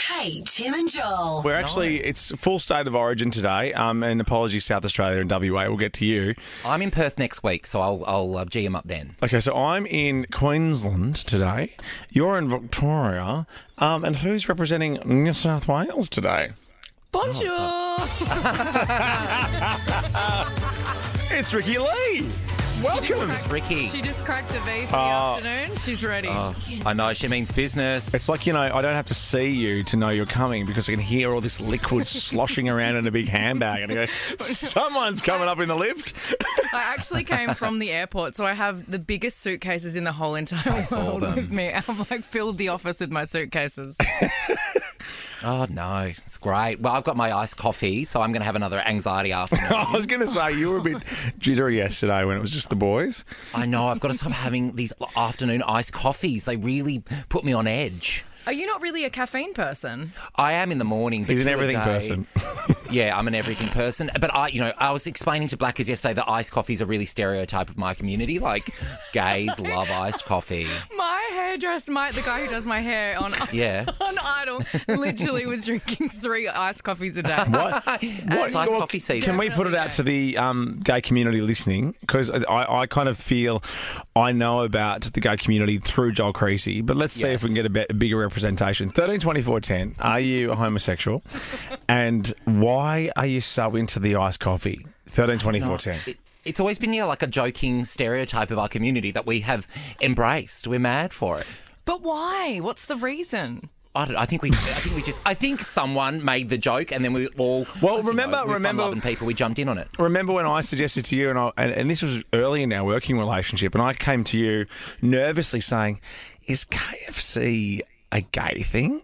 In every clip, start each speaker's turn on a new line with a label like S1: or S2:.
S1: Hey, Tim and Joel.
S2: We're actually it's full state of origin today. Um, and apologies, South Australia and WA. We'll get to you.
S3: I'm in Perth next week, so I'll, I'll uh, G him up then.
S2: Okay, so I'm in Queensland today. You're in Victoria. Um, and who's representing New South Wales today?
S4: Bonjour.
S3: Oh,
S2: It's Ricky Lee. Welcome.
S3: It's Ricky.
S4: she just cracked a V for the afternoon. She's ready.
S3: Oh. I know she means business.
S2: It's like you know, I don't have to see you to know you're coming because I can hear all this liquid sloshing around in a big handbag, and I go, "Someone's coming up in the lift."
S4: I actually came from the airport, so I have the biggest suitcases in the whole entire
S3: saw
S4: world
S3: them.
S4: with me. I've like filled the office with my suitcases.
S3: oh no, it's great. Well, I've got my iced coffee, so I'm going to have another anxiety afternoon.
S2: I was going to say you were a bit jittery yesterday when it was just the boys.
S3: I know I've got to stop having these afternoon iced coffees. They really put me on edge.
S4: Are you not really a caffeine person?
S3: I am in the morning. But
S2: He's an
S3: till the
S2: everything
S3: day-
S2: person.
S3: Yeah, I'm an everything person. But I, you know, I was explaining to Blackers yesterday that iced coffee is a really stereotype of my community. Like, gays love iced coffee.
S4: My hairdresser, my the guy who does my hair on
S3: Yeah.
S4: on Idol, literally was drinking three iced coffees a day.
S2: What?
S3: It's iced Uh, coffee season.
S2: Can we put it out to the um, gay community listening? Because I, I kind of feel I know about the gay community through Joel Creasy, but let's see if
S3: Yes.
S2: we can get a, bit, a bigger representation. 13, 24, 10, are you a homosexual? and why are you so into the iced coffee? 13, 24, 10.
S3: It- It's always been, yeah, like a joking stereotype of our community that we have embraced. We're mad for it.
S4: But why? What's the reason?
S3: I, don't, I think we, I think we just, I think someone made the joke, and then we all.
S2: Well,
S3: you know,
S2: remember-
S3: we're
S2: remember-
S3: fun-loving people, we jumped in on it.
S2: Remember when I suggested to you, and, I, and, and this was early in our working relationship, and I came to you nervously saying, Is KFC a gay thing?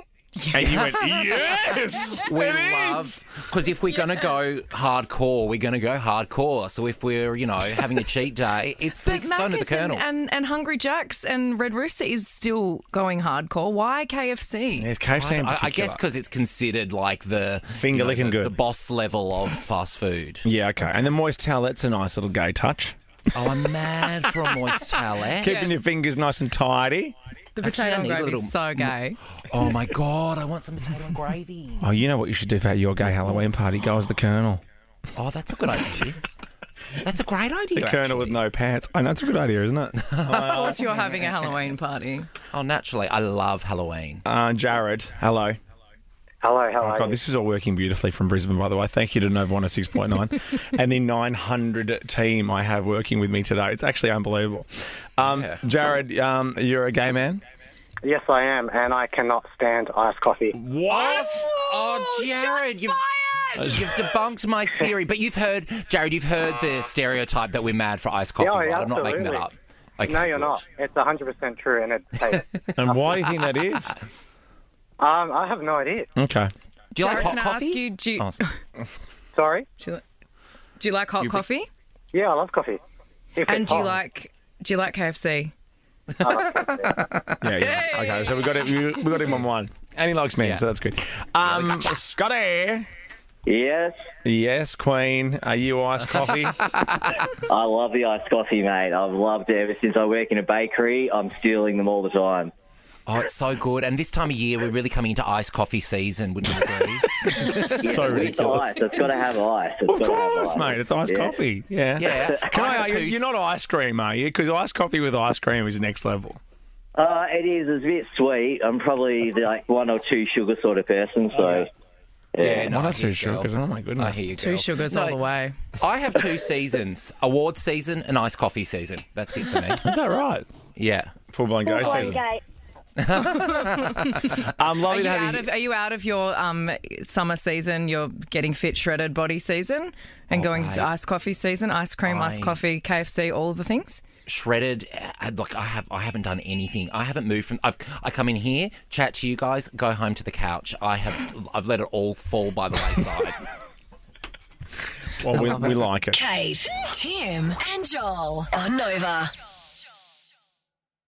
S2: And you went, Yes!
S3: We
S2: it is."
S3: love because if we're gonna go hardcore, we're gonna go hardcore. So if we're, you know, having a cheat day, it's we
S4: But
S3: can go
S4: Macca's
S3: under the
S4: and,
S3: kernel.
S4: and, and Hungry Jacks and Red Rooster is still going hardcore. Why KFC?
S2: Yes, KFC in
S3: I, I
S2: particular.
S3: guess because it's considered like the
S2: Finger licking
S3: the,
S2: good.
S3: the boss level of fast food.
S2: Yeah, okay. And the moist towel—that's a nice little gay touch.
S3: Oh, I'm mad for a moist towel.
S2: Keeping your fingers nice and tidy.
S4: The
S3: Actually, I
S4: potato
S3: need a
S4: gravy
S3: little-
S4: is so gay.
S3: Oh my god, I want some potato and gravy.
S2: Oh, you know what you should do for your gay Halloween party? Go as the Colonel.
S3: Oh, that's a good idea. That's a great idea.
S2: The Colonel with
S3: actually.
S2: no pants. I know it's a good idea, isn't it?
S4: Of course, you're having a Halloween party.
S3: Oh, naturally, I love Halloween.
S2: Uh, Jared, hello.
S5: Hello, how are
S2: Oh, God,
S5: you?
S2: this is all working beautifully from Brisbane, by the way. Thank you to Nova 106.9 and the 900 team I have working with me today. It's actually unbelievable. Um,
S3: Yeah.
S2: Jared, um, you're a gay man?
S5: Yes, I am, and I cannot stand iced coffee.
S2: What?
S3: Oh, Jared, you've
S4: Fired!
S3: You've debunked my theory, but you've heard, Jared, you've heard the stereotype that we're mad for iced coffee.
S5: Yeah,
S3: right? I'm not making that
S5: absolutely.
S3: up. Okay,
S5: no, you're
S3: good.
S5: not. It's 100% true, and it's hate.
S2: And why do you think that is?
S5: um, I have no idea.
S2: Okay.
S3: Do you like hot
S4: Can I ask
S3: coffee?
S4: you, do you,
S3: Oh, sorry.
S5: Sorry?
S4: do you, do you like hot coffee?
S5: Yeah, I love coffee. If
S4: And
S5: it's
S4: do you
S5: hot.
S4: like do you like KFC?
S2: Yeah, yeah. Okay, so we got it. We got him on one, and he likes men,
S3: Yeah.
S2: so that's good. Um, Scotty,
S6: Yes,
S2: yes, Queen, are you iced coffee?
S6: I love the iced coffee, mate. I've loved it ever since I work in a bakery. I'm stealing them all the time.
S3: Oh, it's so good. And this time of year, we're really coming into iced coffee season, wouldn't you agree?
S2: so
S6: With the
S2: ridiculous.
S6: ice, it's got to have ice. It's
S2: Of
S6: gotta have
S2: course,
S6: ice.
S2: mate. It's iced
S6: Yeah.
S2: coffee. Yeah.
S3: yeah.
S2: Can I?
S3: have
S2: Are you,
S3: two-
S2: you're not ice cream, are you? Because iced coffee with ice cream is next level.
S6: Uh, it is. It's a bit sweet. I'm probably the, like one or two sugar sort of person.
S2: Oh,
S6: So,
S3: Yeah, no,
S2: Well,
S3: I
S2: that's
S3: hear
S2: too
S3: you,
S2: sure.
S3: girl.
S2: Because oh my
S3: I
S2: goodness.
S3: hear you,
S4: Two
S3: girl.
S4: sugars
S3: No,
S4: all the way.
S3: I have two seasons: awards season and iced coffee season. That's it for me.
S2: Is that right?
S3: Yeah.
S2: Full blown gay season. I'm
S4: Are
S2: lovely
S4: you
S2: to have
S4: out
S2: you.
S4: of are you out of your um, summer season, your getting fit shredded body season and going to
S3: Oh, I-
S4: ice coffee season, ice cream, ice
S3: I-
S4: coffee, KFC, all of the things?
S3: shredded. uh, Like I have, I haven't done anything. I haven't moved from. I've, I come in here, chat to you guys, go home to the couch. I have, I've let it all fall by the wayside.
S2: well, we, we like it.
S1: Kate, Tim, and Joel on Nova.